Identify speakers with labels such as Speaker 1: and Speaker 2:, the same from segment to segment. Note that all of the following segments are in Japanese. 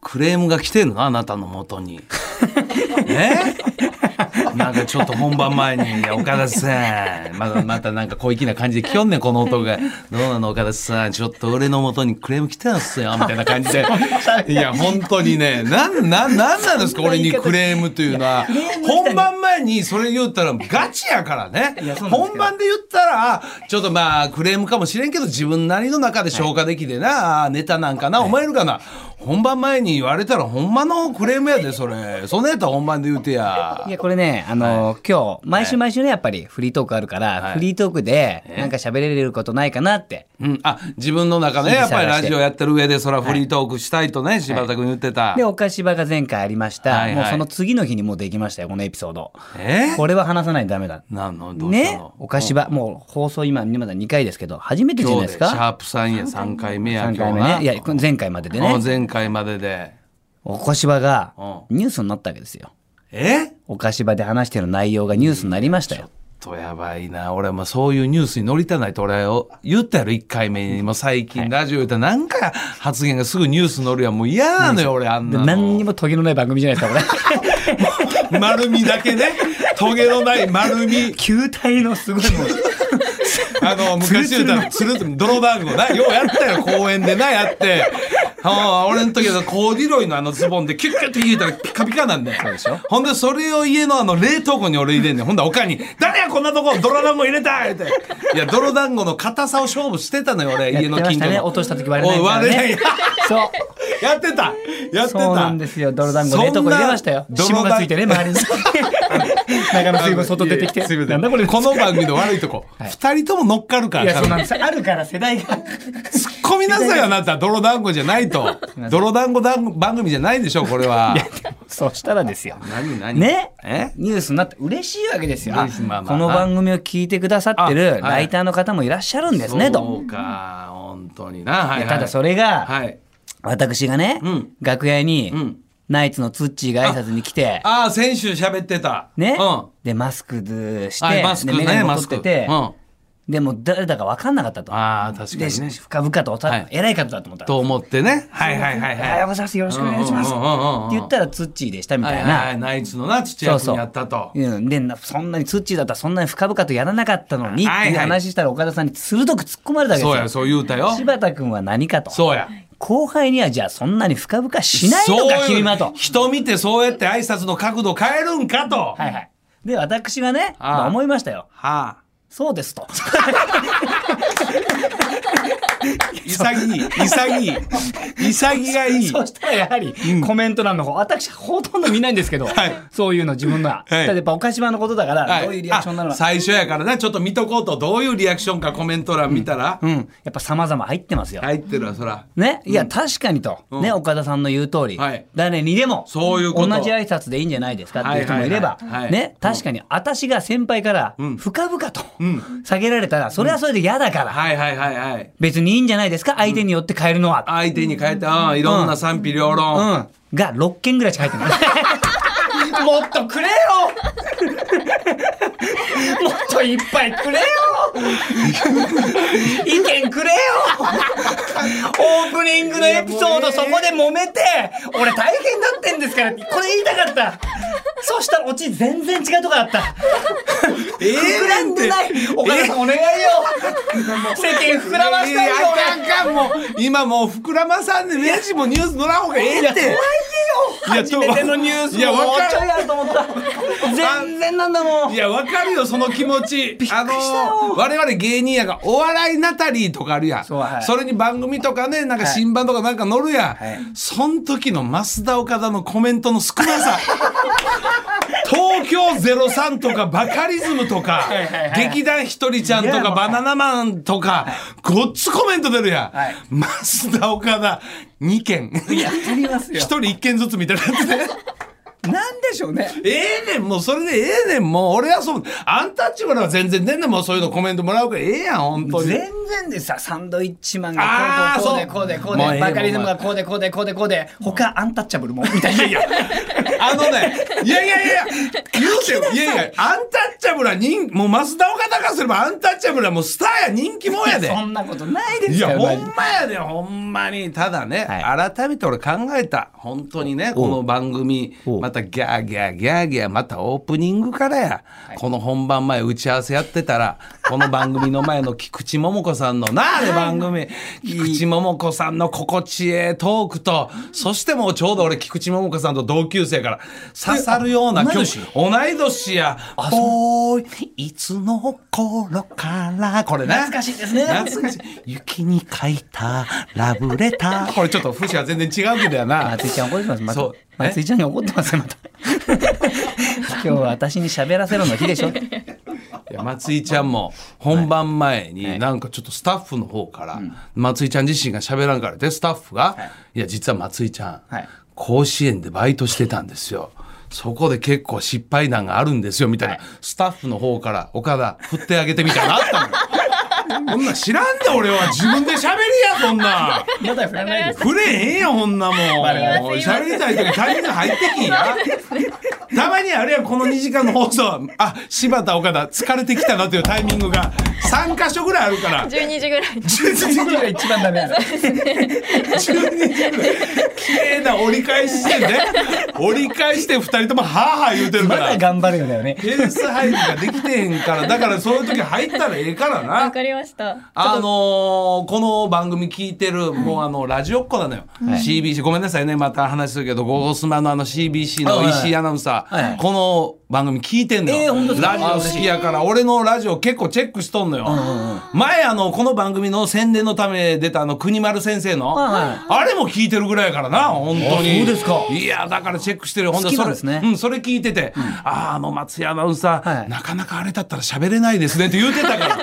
Speaker 1: クレームが来てるのあなたのもとに。ねなんかちょっと本番前に「岡田さんまだ またなんか小粋な感じで来よんねんこの音がどうなの岡田さんちょっと俺のもとにクレーム来てたんすよ」みたいな感じで いや本当にねなんなんなんなんですか俺にクレームというのは本番前にそれ言ったらガチやからね本番で言ったらちょっとまあクレームかもしれんけど自分なりの中で消化できてな、ネタなんかな思えるかな。本番前に言われたらほんまのクレームやでそれそんなやったら本番で言うてや
Speaker 2: いや、これね、あのー今日、毎週毎週ね、やっぱりフリートークあるから、フリートークで、なんか喋れることないかなって。
Speaker 1: うん、あ自分の中ねやっぱりラジオやってる上でそらフリートークしたいとね、柴田君言ってた、
Speaker 2: で、お菓子場が前回ありました。
Speaker 1: はいはい
Speaker 2: もうその次の日にもうできましたよ、このエピソード。
Speaker 1: え
Speaker 2: これは話さないとダメだ。
Speaker 1: なんのどうした
Speaker 2: ね
Speaker 1: の、、
Speaker 2: お菓子場、もう放送今、まだ2回ですけど、初めてじゃ
Speaker 1: 今
Speaker 2: ない
Speaker 1: 日
Speaker 2: で
Speaker 1: ですシャ
Speaker 2: か
Speaker 1: ープさんや3回目や今
Speaker 2: ?3
Speaker 1: 日
Speaker 2: 回目
Speaker 1: な
Speaker 2: ね。いや、これ前回までで
Speaker 1: うん
Speaker 2: ね、
Speaker 1: 前回までで
Speaker 2: お菓子場が
Speaker 1: う
Speaker 2: ニュースになったわけですよ。
Speaker 1: え
Speaker 2: お菓子場で話してる内容がニュースになりましたよ。
Speaker 1: とやばいな俺もそういうニュースに乗りたないと俺を言ったやろ1回目にもう最近ラジオ言ったらなんか発言がすぐニュース乗るやんもう嫌なのよ俺あん
Speaker 2: で
Speaker 1: なの
Speaker 2: 何にもトゲのない番組じゃないですか、これ。
Speaker 1: 丸みだけねトゲのない丸み
Speaker 2: 球体のすごいもう。
Speaker 1: あの、昔言うたら、つるつる、泥団子な、ようやったよ、公園でな、やって。ああ俺の時はコーディロイのあのズボンでキュッキュッて引いたらピカピカなんで。そうでしょほんでそれを家のあの冷凍庫に俺入れんねん。ほんでおかんに、誰やこんなとこ泥団子入れた言うて。いや、泥団子の硬さを勝負してたのよ、俺、
Speaker 2: や
Speaker 1: 家
Speaker 2: って
Speaker 1: の
Speaker 2: ま
Speaker 1: 近
Speaker 2: した
Speaker 1: 所
Speaker 2: ね。
Speaker 1: の。
Speaker 2: 落とした時割れないから
Speaker 1: おい 割れな
Speaker 2: ね
Speaker 1: い。
Speaker 2: そう。
Speaker 1: やってたやってた
Speaker 2: そうなんですよ。泥団子ね、
Speaker 1: そ
Speaker 2: と
Speaker 1: ん
Speaker 2: こ
Speaker 1: な
Speaker 2: 入れましたよ。
Speaker 1: 泥
Speaker 2: 霜
Speaker 1: 団
Speaker 2: がついてね、 周りに。中の水分外出てき
Speaker 1: いやいやすいま
Speaker 2: て。
Speaker 1: せ
Speaker 2: なんだこれ。
Speaker 1: この番組の悪いとこ。二、人とも乗っかるか
Speaker 2: い
Speaker 1: ら、
Speaker 2: や、そうなんです。あるから世代 が。
Speaker 1: 突っ込みなさいよあなた泥団子じゃないと 泥団子団番組じゃないでしょこれは
Speaker 2: そしたらですよ。
Speaker 1: 何何
Speaker 2: ね
Speaker 1: え
Speaker 2: ニュースになって嬉しいわけですよ。あ
Speaker 1: 嬉しいまあまあ
Speaker 2: この番組を聞いてくださって
Speaker 1: あは
Speaker 2: る
Speaker 1: い
Speaker 2: ライターの方もいらっしゃるんですね、
Speaker 1: そ
Speaker 2: と。
Speaker 1: うか本当にな、はいはい、
Speaker 2: ただそ
Speaker 1: れ
Speaker 2: れが、
Speaker 1: はい
Speaker 2: 私がね
Speaker 1: ん、
Speaker 2: 楽屋に
Speaker 1: ん、
Speaker 2: ナイツのツッチーが挨拶に来て、
Speaker 1: ああ先週喋ってた
Speaker 2: ね
Speaker 1: うん
Speaker 2: で、マスクずして、
Speaker 1: はいマス
Speaker 2: で
Speaker 1: ク
Speaker 2: メガネ
Speaker 1: ね
Speaker 2: も
Speaker 1: マ
Speaker 2: 取
Speaker 1: ス
Speaker 2: っ
Speaker 1: ク
Speaker 2: てて
Speaker 1: うん、、あ
Speaker 2: でもう誰だか分かんなかったと。
Speaker 1: あ確か
Speaker 2: で、
Speaker 1: にね
Speaker 2: 深々とおた、
Speaker 1: はい
Speaker 2: 偉い方だと思ったら。
Speaker 1: と思ってねはいはいはい
Speaker 2: おは
Speaker 1: は
Speaker 2: よ
Speaker 1: いう
Speaker 2: ございます。よろしくお願いします。っ
Speaker 1: うんうん
Speaker 2: て
Speaker 1: うんうんうん
Speaker 2: 言ったら、ツッチーでしたみ
Speaker 1: は
Speaker 2: た
Speaker 1: い
Speaker 2: い
Speaker 1: はいは
Speaker 2: な。
Speaker 1: いナイツのな土
Speaker 2: そう
Speaker 1: 屋
Speaker 2: そう
Speaker 1: 君やったと
Speaker 2: うん、でなそんなにツッチーだったらそんなに深々とやらなかったのにって
Speaker 1: はいはい
Speaker 2: いう話したら岡田さんに鋭く突っ込まれたわけ
Speaker 1: そうや
Speaker 2: ですよ。
Speaker 1: そう言うたよ
Speaker 2: 柴田君は何かと
Speaker 1: そうや
Speaker 2: 後輩にはじゃあそんなに深々しない
Speaker 1: そ
Speaker 2: の
Speaker 1: う
Speaker 2: か
Speaker 1: う
Speaker 2: 君はと。
Speaker 1: 人見てそうやって挨拶の角度変えるんかとは
Speaker 2: はいはい、で私がね
Speaker 1: ああ
Speaker 2: まあ思いましたよ
Speaker 1: あ
Speaker 2: そうですと
Speaker 1: 潔い潔い潔がいい
Speaker 2: そしたらやはりコメント欄の方私ほとんど見ないんですけど、
Speaker 1: はい
Speaker 2: そういうの自分のは、
Speaker 1: い
Speaker 2: ただやっぱお菓子場のことだから
Speaker 1: はい
Speaker 2: どういうリアクションなの
Speaker 1: あ
Speaker 2: か、
Speaker 1: 最初やからねちょっと見とこうとどういうリアクションかコメント欄見たら、
Speaker 2: うん、やっぱ様々入ってますよ。
Speaker 1: 入ってるわそら
Speaker 2: ね、いや、確かにと、ね、岡田さんの言う通り、
Speaker 1: はい
Speaker 2: 誰にでも、
Speaker 1: そういうこと
Speaker 2: 同じ挨拶でいいんじゃないですかっていう人もいれ
Speaker 1: は
Speaker 2: ば、
Speaker 1: いはいはいはい
Speaker 2: ね、確かに、私が先輩から、深々と、下げられたら、それはそれで嫌だから、
Speaker 1: はいはいはいはい
Speaker 2: 別にいいんじゃないですか、相手によって変えるのは。
Speaker 1: 相手に変えてああいろんな賛否両論、
Speaker 2: うん。が、6件ぐらいしか入ってない。 もっとくれよもっといっぱい くれよ意見くれよオープニングのエピソードそこで揉めて俺大変だってんですからこれ言いたかったそしたらオチ全然違うとこだった
Speaker 1: ええ
Speaker 2: 膨らんでないお母さんお願いよ世間膨らまし
Speaker 1: い
Speaker 2: た
Speaker 1: や
Speaker 2: いよ
Speaker 1: あかんあかんもう今もう膨らまさんでレジもニュース乗らんほうがええって
Speaker 2: 怖いよ初めてのニュース
Speaker 1: いや
Speaker 2: も
Speaker 1: わ
Speaker 2: もう
Speaker 1: かる
Speaker 2: ちょいあると思った 全然なんだもん
Speaker 1: いや、わかるよ、その気持 ち。あのー、我々芸人やが、お笑いナタリーとかあるやん。そ,、
Speaker 2: そうはい
Speaker 1: れに番組とかね、なんか新版とかなんか乗るやん。
Speaker 2: はい
Speaker 1: そん時の増田岡田のコメントの少な さ。東京03とかバカリズムとか、劇団ひとりちゃんと
Speaker 2: いやも
Speaker 1: か
Speaker 2: う
Speaker 1: バナナマンとか、ごっつコメント出るやん。
Speaker 2: はい
Speaker 1: 増田岡田2件。
Speaker 2: いや、あります
Speaker 1: 一
Speaker 2: よ。
Speaker 1: 人一件ずつみたいなやつね。
Speaker 2: なんで
Speaker 3: でしょうね。
Speaker 1: ええねん、もうそれでええねん、もう俺はそう、アンタッチャブルは全然出んねん、もうそういうのコメントもらうからええやん、本当に。
Speaker 2: 全然でさサンドイッチマン
Speaker 1: あー
Speaker 2: がこう
Speaker 1: そう
Speaker 2: でこうでこうで
Speaker 1: も
Speaker 2: こ
Speaker 1: うえ
Speaker 2: う
Speaker 1: え
Speaker 2: で
Speaker 1: よ
Speaker 2: バカリズムがこうでこうでこうでこうで他アンタッチャブルもみたいな
Speaker 1: あのね、いやいやい や、言うてよ、いやいや、アンタッチャブルは人、もう増田岡田からすればアンタッチャブルはもうスターや人気もんやで。
Speaker 2: そんなことないです
Speaker 1: い
Speaker 2: か
Speaker 1: や、
Speaker 2: ら
Speaker 1: ほ
Speaker 2: マジで
Speaker 1: んまやで、ほんまに。ただね、改めて俺考えた。本当にね、この番組、
Speaker 3: お
Speaker 1: またギャーギャーギャーギャー、またオープニングからや。この本番前打ち合わせやってたら、この番組の前の菊池桃子さんの、なあれ番組、菊池桃子さんの心地ええトークと、そしてもうちょうど俺菊池桃子さんと同級生から刺さるような
Speaker 2: 同
Speaker 1: 曲
Speaker 2: い年、
Speaker 1: 同い年や、おーい、いつの頃から、これね。
Speaker 2: 懐かしいですね
Speaker 1: 懐かしい。雪に書いたラブレター。これちょっと節は全然違うけどやな。
Speaker 2: 松井ちゃん怒ってますまた
Speaker 1: そう
Speaker 2: 松井ちゃんに怒ってますよま た今日は私に喋らせろの日でしょ
Speaker 1: いや松井ちゃんも本番前になんかちょっとスタッフの方から松井ちゃん自身が喋らんからでスタッフが「いや実は松井ちゃん
Speaker 2: はい
Speaker 1: 甲子園でバイトしてたんですよ」そこで結構失敗談があるんですよみたいなスタッフの方から岡田振ってあげてみたいなのあったのよこんなん知らんで俺は自分で喋りやそんなん
Speaker 2: まだ振らないです
Speaker 1: 触れへんやほんなもん
Speaker 2: れ
Speaker 1: もう喋りたい時他人が入ってきんやたまにあれやこの2時間の放送あ柴田岡田疲れてきたなというタイミングが3箇所ぐらいあるから
Speaker 4: 12時ぐらいに
Speaker 1: 12時ぐらい
Speaker 2: 一番ダメなの
Speaker 1: 12時ぐらい綺麗な折り返ししてね折り返して2人ともハーハー言うてるか
Speaker 2: まだ
Speaker 1: ら
Speaker 2: 頑張るよだよね
Speaker 1: ペース配分ができてへんからだからそういう時入ったらええから
Speaker 4: わ
Speaker 1: な
Speaker 4: かりました
Speaker 1: あのーこの番組聞いてる、もうあの、ラジオっ子なのよ。CBC、ごめんなさいね、また話するけど、ゴゴスマのあの CBC の石井アナウンサー、
Speaker 2: はいはい
Speaker 1: この番組聞いてんのよ。
Speaker 2: えー本当ですか
Speaker 1: ラジオ好きやから、俺のラジオ結構チェックしとんのよ。前、あの、この番組の宣伝のため出たあの、国丸先生の、あれも聞いてるぐらいやからな、本当に。
Speaker 2: あそうですか
Speaker 1: いや、だからチェックしてるよ。ほんで
Speaker 2: 好き
Speaker 1: そ
Speaker 2: なん
Speaker 1: れ、
Speaker 2: ですね
Speaker 1: うん、それ聞いてて、ああ、あの、松井アナウンサー、
Speaker 2: はい
Speaker 1: なかなかあれだったら喋れないですねって言うてたから。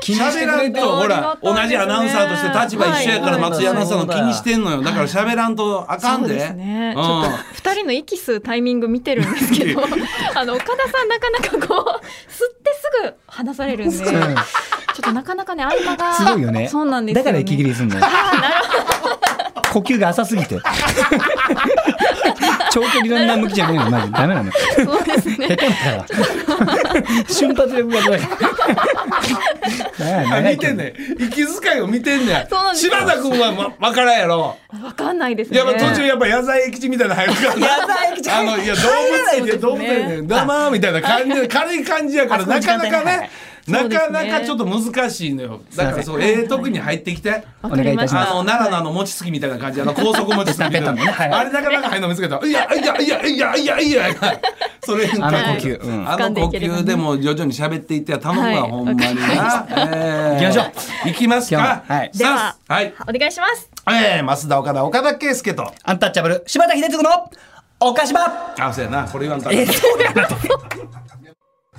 Speaker 2: 気にし
Speaker 1: 喋
Speaker 2: てく
Speaker 1: ら
Speaker 2: れ
Speaker 1: ん
Speaker 2: て
Speaker 1: とほら
Speaker 4: ありが
Speaker 1: 同
Speaker 4: たいですね
Speaker 1: じアナウンサーとして立場一緒やから
Speaker 2: はい
Speaker 1: 松井アナウンサーの気にしてんのよだから喋らんとあかん
Speaker 4: そう
Speaker 1: で
Speaker 4: ですね、
Speaker 1: うん
Speaker 4: ちょっと2人の息吸うタイミング見てるんですけどあの岡田さんなかなかこう吸ってすぐ話されるんでちょっとなかなかね合間が
Speaker 2: すごいよね
Speaker 4: そうなんですよ、
Speaker 2: だか
Speaker 4: ね、
Speaker 2: ら息切れすんのよ呼吸が浅す ぎて長距離ランナー向きじゃないのマジダメなの
Speaker 4: そうですね
Speaker 2: 下手だから瞬発力がすごい
Speaker 1: あ
Speaker 2: 長い
Speaker 1: 見てんね息遣いを見てんねん
Speaker 4: そうなんですよ
Speaker 1: 柴田君はま分からんやろ
Speaker 4: わかんないです
Speaker 1: い
Speaker 4: ね
Speaker 1: やっぱ途中やっぱ野菜駅地みたいなの入るから
Speaker 2: 野菜駅地
Speaker 1: あのいや動物園で動物園でどうもみたいな感じで軽い感じやから
Speaker 2: あそこ
Speaker 1: な
Speaker 2: の時
Speaker 1: かなか
Speaker 2: 間帯ね
Speaker 1: ね
Speaker 4: はい
Speaker 1: な
Speaker 4: はい
Speaker 1: かな
Speaker 4: そうです
Speaker 1: かちょっ
Speaker 4: ね
Speaker 1: と難しいのよだからそう
Speaker 4: すいません
Speaker 1: ええ特に入ってきて
Speaker 4: わかりました
Speaker 1: あの奈良のあの餅つきみたいな感じあの高速餅つきみたいな
Speaker 2: ペタペタのね はいはい
Speaker 1: あれなかなか入るの見つけたいやいやいやいやいやいやいやそれ
Speaker 2: あの呼吸うん
Speaker 1: あの呼吸でも徐々に喋っていっては頼むわ、
Speaker 4: はい
Speaker 1: ほんまにな、えー
Speaker 2: 行きましょう
Speaker 1: 行きますか
Speaker 2: 行きましょうはい
Speaker 4: では
Speaker 1: さあはい
Speaker 4: お願いします
Speaker 1: えー、増田岡田岡田圭介と
Speaker 2: アンタッチャブル柴田秀嗣の岡島
Speaker 1: あそうやなこれ言わんとあかん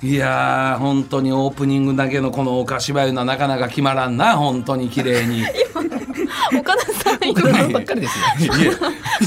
Speaker 1: いやー本当にオープニングだけのこの岡芝居のはなかなか決まらんな本当に綺麗にいや
Speaker 4: 岡田さん今
Speaker 2: ばっかりですよ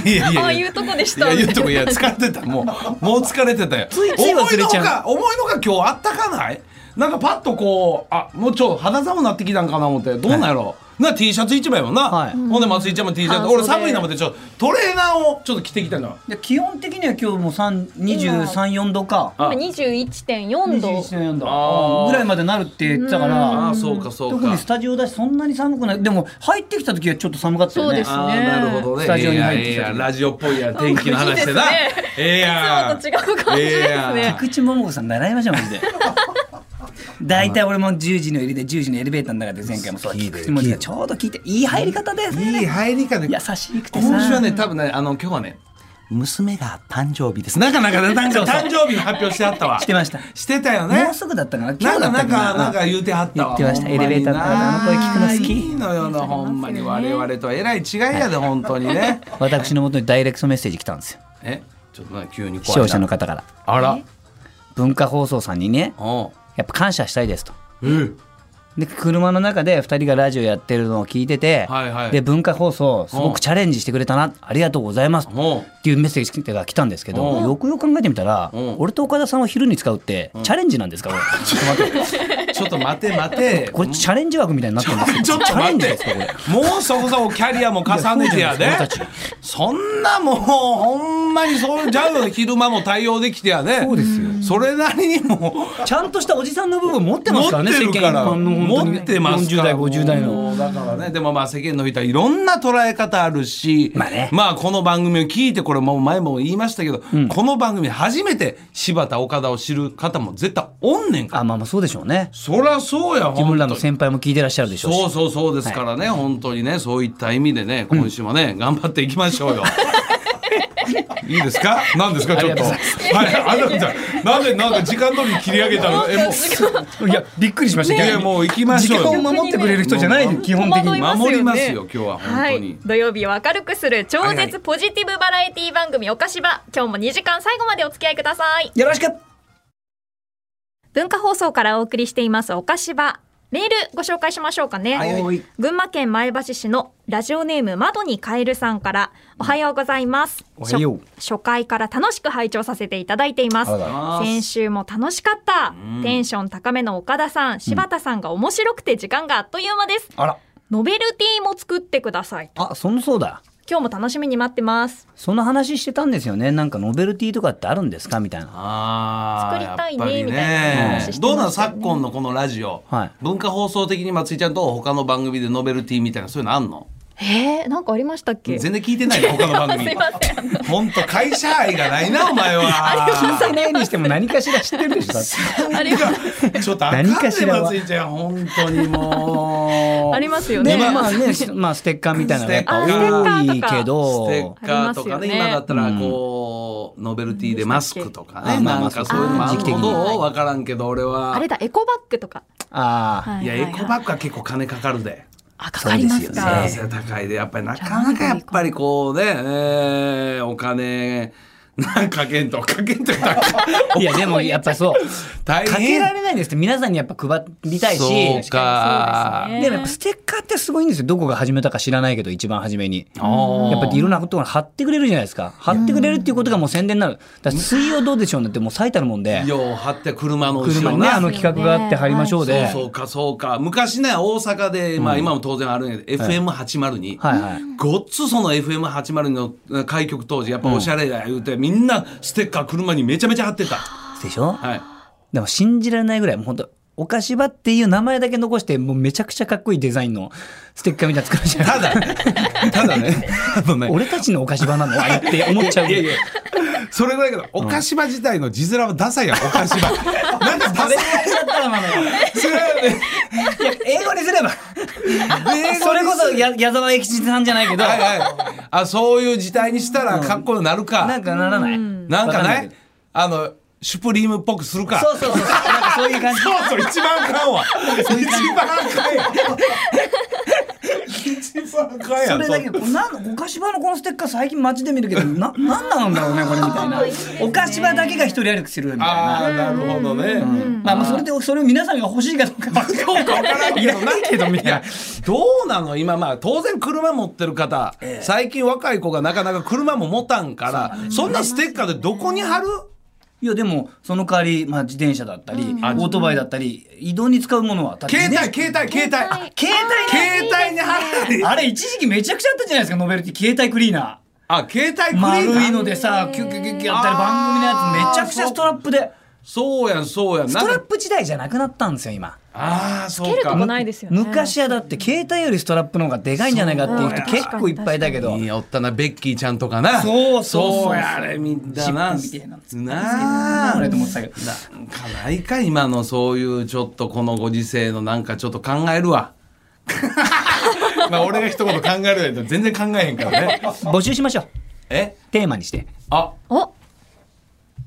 Speaker 1: いやい
Speaker 4: あ
Speaker 1: や
Speaker 4: あ
Speaker 1: い
Speaker 4: い
Speaker 1: や
Speaker 4: うとこでし
Speaker 1: い
Speaker 4: た
Speaker 1: や言うとこい や疲れてたもうもう疲れてたよ
Speaker 2: いつい忘れち
Speaker 1: 思いの
Speaker 2: ゃ
Speaker 1: ほか思いのほか今日あったかないなんかパッとこうあもうちょっと肌寒なってきたんかな思ってどうなんやろう、な T シャツ一枚もんな、
Speaker 2: はい
Speaker 1: ほんで松井ちゃんも T シャツ
Speaker 4: 半袖
Speaker 1: 俺寒いな思ってちょっとトレーナーをちょっと着てきたの
Speaker 2: で気温的には今日も234度か
Speaker 4: 今21.4度
Speaker 1: あ
Speaker 2: 21.4
Speaker 1: ー
Speaker 2: 度ぐらいまでなるって言ってたか
Speaker 1: あ
Speaker 2: ら
Speaker 1: あそうかそうか
Speaker 2: 特にスタジオだしそんなに寒くないでも入ってきた時はちょっと寒かったよ
Speaker 4: そう
Speaker 2: ね
Speaker 4: です
Speaker 1: あーなるほどね。
Speaker 2: スタジオに入ってきた
Speaker 1: ええやんええやんラジオっぽいやん天気の話でな。ええやん。
Speaker 4: いつもと違う感じです
Speaker 1: え
Speaker 4: ね
Speaker 1: えやん
Speaker 4: ね
Speaker 2: 菊池桃子さん習いましょうマジで大体俺も10時の入りで10時のエレベーターの中で前回もそう菊池桃子さんちょうど聞いていい入り方です
Speaker 1: いい
Speaker 2: ね
Speaker 1: 入りかね。
Speaker 2: 優しくて
Speaker 1: 今
Speaker 2: さ
Speaker 1: 週はね多分ねあの今日はね娘が誕生日です。なかなかねなんか
Speaker 2: そうそう
Speaker 1: 誕生日の発表 してあったわ。
Speaker 2: してました
Speaker 1: してたよね。
Speaker 2: もうすぐだったかな今
Speaker 1: な
Speaker 2: 日
Speaker 1: んか
Speaker 2: だ
Speaker 1: な
Speaker 2: ったか
Speaker 1: んかなん
Speaker 2: な
Speaker 1: か言うてはったわ。
Speaker 2: 言ってました
Speaker 1: ほんに
Speaker 2: エレベーターの中であの声聞くの好き
Speaker 1: いいのよなほんまに我々とはえらい違いやで本当に ね。
Speaker 2: 私のもとにダイレクトメッセージ来たんですよ
Speaker 1: えちょっとな急に怖いな
Speaker 2: 視聴者の方から
Speaker 1: あら。
Speaker 2: 文化放送さんにね
Speaker 1: おう
Speaker 2: やっぱ感謝したいですと
Speaker 1: うん。
Speaker 2: で車の中で2人がラジオやってるのを聞いてて、
Speaker 1: はいはい
Speaker 2: で文化放送すごくチャレンジしてくれたなありがとうございます
Speaker 1: おう
Speaker 2: っていうメッセージが来たんですけど
Speaker 1: うん
Speaker 2: よくよく考えてみたら
Speaker 1: うん
Speaker 2: 俺と岡田さんを昼に使うってチャレンジなんですかこ れちょっと待って
Speaker 1: ちょっと待て待 て。
Speaker 2: これチャレンジ枠みたいになってるんですけど
Speaker 1: ちょっ
Speaker 2: チ
Speaker 1: と
Speaker 2: ャレ
Speaker 1: 待
Speaker 2: ンジ
Speaker 1: っ
Speaker 2: ですかこれ
Speaker 1: て。もうそこそこキャリアも重ねてや
Speaker 2: い
Speaker 1: で
Speaker 2: やそうじゃないですか。
Speaker 1: そんなもうほんまにそうじゃうよ昼間も対応できてやね。
Speaker 2: そうですよ
Speaker 1: それなりにも
Speaker 2: ちゃんとしたおじさんの部分持ってますからね
Speaker 1: 持
Speaker 2: 世
Speaker 1: ってるか
Speaker 2: 間
Speaker 1: ら
Speaker 2: 一般の本当に
Speaker 1: 持ってますか
Speaker 2: 40
Speaker 1: ら
Speaker 2: 代50代の
Speaker 1: もうだからねでもまあ世間の人はいろんな捉え方あるし
Speaker 2: まあね
Speaker 1: この番組を聞いてこれもう前も言いましたけど、この番組初めて柴田岡田を知る方も絶対おんねんから
Speaker 2: あまあまあそうでしょうね
Speaker 1: そりゃそうや
Speaker 2: 自分
Speaker 1: 本
Speaker 2: らの
Speaker 1: 当に
Speaker 2: 先輩も聞いてらっしゃるでしょうし
Speaker 1: そうそうそうですからね、本当にねそういった意味でね今週もね、頑張っていきましょう よ。いいですか？何ですかちょっと。
Speaker 2: あ
Speaker 1: はい、あなたなんでなんか時間通りに切り上げたの？えもう
Speaker 2: いやびっくりしました
Speaker 1: いやもう行きまし
Speaker 2: 時
Speaker 1: ょう
Speaker 2: 間を
Speaker 1: よ。
Speaker 2: 守ってくれる人じゃない基本的に
Speaker 4: 戸惑いますよね
Speaker 1: 守りますよ今日は本
Speaker 4: は
Speaker 1: 当
Speaker 4: い
Speaker 1: に、。
Speaker 4: 土曜日を明るくする超
Speaker 1: はいは
Speaker 4: 絶
Speaker 1: い
Speaker 4: ポジティブバラエティ番組「おかしば」今日も2時間最後までお付き合いください
Speaker 2: よろしく
Speaker 4: 文化放送からお送りしています「おかしば」メールご紹介しましょうかね、
Speaker 2: はいはい
Speaker 4: 群馬県前橋市のラジオネーム窓にカエルさんからおはようございます
Speaker 2: おはよう
Speaker 4: 初初回から楽しく拝聴させていただいています
Speaker 2: あら
Speaker 4: 先週も楽しかった、テンション高めの岡田さん柴田さんが面白くて時間があっという間です、
Speaker 2: あら
Speaker 4: ノベルティも作ってください
Speaker 2: あそのそうだ
Speaker 4: 今日も楽しみに待ってます
Speaker 2: その話してたんですよねなんかノベルティとかってあるんですかみたいな
Speaker 1: あー
Speaker 4: 作りたいね
Speaker 1: やっぱり
Speaker 4: みたいな話してましたよね
Speaker 1: どうなん昨今のこのラジオ、
Speaker 2: はい
Speaker 1: 文化放送的に松井ちゃんと他の番組でノベルティみたいなそういうのあんの
Speaker 4: えー、なんかありましたっけ
Speaker 1: 全然聞いてないよ他の番組
Speaker 4: すいません
Speaker 1: 本当会社愛がないなお前は
Speaker 2: 聞いてないにしても何かしら知ってるでしょだって
Speaker 4: あります
Speaker 1: ちょっとあかん
Speaker 2: 何か
Speaker 1: で
Speaker 2: しらは
Speaker 1: 松井ちゃん本当にもう
Speaker 4: ありますよね
Speaker 2: でまあねしまあステッカーみたいなのがやっぱ多いけど
Speaker 1: ステッカーとか
Speaker 4: あります
Speaker 1: ね
Speaker 4: よね
Speaker 1: 今だったらこう、ノベルティでマスクとかね、
Speaker 2: うん
Speaker 1: なんかそういうのもある
Speaker 2: 時期的
Speaker 1: の
Speaker 2: に
Speaker 1: どう分からんけど俺は
Speaker 4: あれだエコバッグとか、
Speaker 2: ああ
Speaker 4: はい
Speaker 1: やエコバッグは結構金かかるで。
Speaker 4: あかかります
Speaker 2: そう
Speaker 4: か
Speaker 2: で
Speaker 1: 男性高いでやっぱりなかなかやっぱりこうね、えーお金なんかかけんとかけんとか
Speaker 2: いやでもやっぱそう
Speaker 1: 大変
Speaker 2: かけられないですって皆さんにやっぱ配りたいし
Speaker 1: そうか
Speaker 4: そうですね
Speaker 2: でもやっぱステッカーってすごいんですよどこが始めたか知らないけど一番初めにやっぱりいろんなことが貼ってくれるじゃないですか貼ってくれるっていうことがもう宣伝になるだから水曜どうでしょうなんてもう最たるもんで
Speaker 1: よう貼って車の後
Speaker 2: 車
Speaker 1: ろ
Speaker 2: にね
Speaker 1: な
Speaker 2: あの企画があって貼りましょうで
Speaker 1: そうかそうか昔ね大阪で、まあ、今も当然あるんやけど、FM802、
Speaker 2: はいはい
Speaker 1: ごっつその FM802 の開局当時やっぱおしゃれだ言うて、みんなステッカー車にめちゃめちゃ貼ってた、
Speaker 2: でしょ
Speaker 1: はい、
Speaker 2: でも信じられないぐらいもう本当お菓子場っていう名前だけ残してもうめちゃくちゃかっこいいデザインのステッカーみたいなの作るじゃない
Speaker 1: ただただねあのね
Speaker 2: 俺たちのお菓子場なのああやって思っちゃう
Speaker 1: いやいやそれぐらいだけど、お菓子場自体の字面はダサい やん、お菓子場。なんかダサい。それはね
Speaker 2: いや英語にすればそれこそや矢沢永吉さんじゃないけど
Speaker 1: はいはい。あ、そういう時代にしたらかっこよくなるか。
Speaker 2: なんかならない
Speaker 1: なんか
Speaker 2: わかんない
Speaker 1: ね
Speaker 2: けど、
Speaker 1: あの、シュプリームっぽくするか。
Speaker 2: そうそうそうなんかそういう感じ
Speaker 1: そうそう、一番あかんわ。一番あかんやん。一番あかんや
Speaker 2: そ
Speaker 1: ん。
Speaker 2: れだけど、なんお菓子場のこのステッカー最近街で見るけど、な、なんなんだろうね、これみたいな。お菓子場だけが一人歩きするみたい
Speaker 1: あ
Speaker 2: な。
Speaker 1: あ、なるほどね。
Speaker 2: まあ、まあ、それで、それを皆さんが欲しいかどうか。そうか、わからんけど、ないけど、みたいな。
Speaker 1: どうなの今まあ当然車持ってる方、最近若い子がなかなか車も持たんからそんなステッカーでどこに貼る
Speaker 2: いや、でも、その代わり、まあ、自転車だったり、オートバイだったり、移動に使うものは。だって
Speaker 1: 携帯
Speaker 2: 自
Speaker 1: 携
Speaker 2: 転
Speaker 1: 帯携帯
Speaker 4: 携
Speaker 2: 車携
Speaker 1: 携帯に貼る
Speaker 2: 帯ね。あれ、一時期めちゃくちゃあったじゃないですか、ノベルティ、携帯クリーナ
Speaker 1: あ携帯ク
Speaker 2: ー。
Speaker 1: リー
Speaker 2: 丸い
Speaker 1: ナー
Speaker 2: のでさ、キュッキュッキュッキュやったり、番組のやつ、めちゃくちゃストラップで。
Speaker 1: そうやんそうやん
Speaker 2: ス
Speaker 1: なん
Speaker 2: トラッ
Speaker 1: か
Speaker 2: プ時代じゃなくなったんですよ、今。
Speaker 1: ああそ
Speaker 4: け
Speaker 1: う
Speaker 4: るとこ
Speaker 1: か
Speaker 4: ないですよね
Speaker 2: 昔はだって携帯よりストラップの方がでかいんじゃないかっていう人
Speaker 4: そうや
Speaker 2: 結構いっぱいだけど
Speaker 1: いいおったなベッキーちゃんとかな
Speaker 2: そうそうそう
Speaker 1: そうやあれみんなな
Speaker 2: シップみたいなの
Speaker 1: な
Speaker 2: 俺
Speaker 1: あ
Speaker 2: と思ってたけど
Speaker 1: なんかないか今のそういうちょっとこのご時世のなんかちょっと考えるわ まあ俺が一言考えるやと全然考えへんから ね
Speaker 2: 募集しましょう
Speaker 1: え
Speaker 2: テーマにして
Speaker 1: あ
Speaker 4: お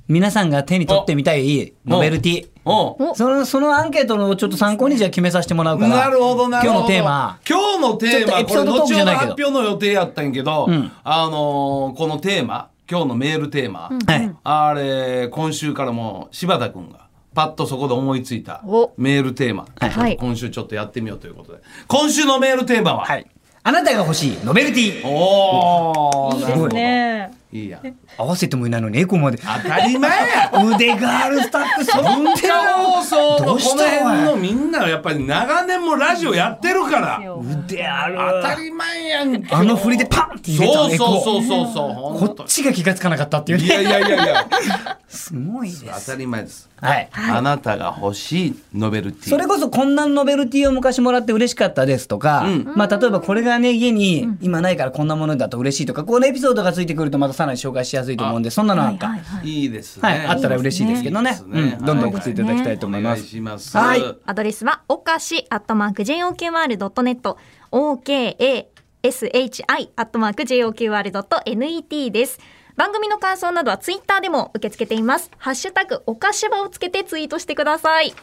Speaker 2: 皆さんが手に取ってみたいノベルティ
Speaker 1: お
Speaker 4: お
Speaker 2: そのそのアンケートのちょっと参考にじゃあ決めさせてもらうから
Speaker 1: なるほどなるほど
Speaker 2: 今日のテーマ
Speaker 1: 今日のテー
Speaker 2: ちょっと
Speaker 1: マ
Speaker 2: エピ
Speaker 1: こ
Speaker 2: ソ
Speaker 1: れ
Speaker 2: ード
Speaker 1: 後
Speaker 2: ト
Speaker 1: ほ
Speaker 2: ーク
Speaker 1: ど
Speaker 2: じゃないけ
Speaker 1: 発
Speaker 2: ど
Speaker 1: 表の予定やったんやけど、
Speaker 2: ん
Speaker 1: あのーこのテーマ今日のメールテーマ、
Speaker 2: はい
Speaker 1: あれ今週からもう柴田君がパッとそこで思いついた
Speaker 4: お
Speaker 1: メールテーマ、
Speaker 4: はい
Speaker 1: 今週ちょっとやってみようということで今週のメールテーマは、
Speaker 2: はい。あなたが欲しいノベルティ。
Speaker 1: おお
Speaker 4: いいですね。
Speaker 1: いいやん
Speaker 2: 合わせてもいないのにエコーまで。
Speaker 1: 当たり前や
Speaker 2: 腕があるスタッフ、そん
Speaker 1: 文
Speaker 2: な
Speaker 1: 化放送
Speaker 2: ど
Speaker 1: の
Speaker 2: う
Speaker 1: こ
Speaker 2: し
Speaker 1: の
Speaker 2: た
Speaker 1: 辺のみんなはやっぱり長年もラジオやってるから
Speaker 2: 腕ある。
Speaker 1: 当たり前やん
Speaker 2: あの振りでパンって入れた
Speaker 1: そ
Speaker 2: の
Speaker 1: う
Speaker 2: エコ
Speaker 1: そうそう
Speaker 2: ー。
Speaker 1: そうそうほん
Speaker 2: ことっちが気がつかなかったっていう
Speaker 1: い
Speaker 2: ね。
Speaker 1: やいやいやいや
Speaker 2: すごいです。
Speaker 1: 当たり前です
Speaker 2: はい。
Speaker 1: あなたが欲しいノベルティ
Speaker 2: それこそこんなノベルティを昔もらって嬉しかったですとか、
Speaker 1: うん
Speaker 2: まあ例えばこれがね家に今ないからこんなものだと嬉しいとか、このエピソードがついてくるとまたさらに紹介しやすいと思うんで、そんなのなんか、
Speaker 4: は
Speaker 2: はいい、
Speaker 4: はいはい
Speaker 1: いいですね、
Speaker 2: あったら嬉しいですけどね
Speaker 1: いいですね
Speaker 2: うんどんどん送っていただきたいと
Speaker 1: お
Speaker 2: 思いま
Speaker 1: 願い
Speaker 2: す。
Speaker 1: します
Speaker 2: はい
Speaker 4: アドレスはおかしアットマーク JOQR.net OKASHI アットマーク JOQR.net です番組の感想などはツイッターでも受け付けていますハッシュタグおかしばをつけてツイートしてください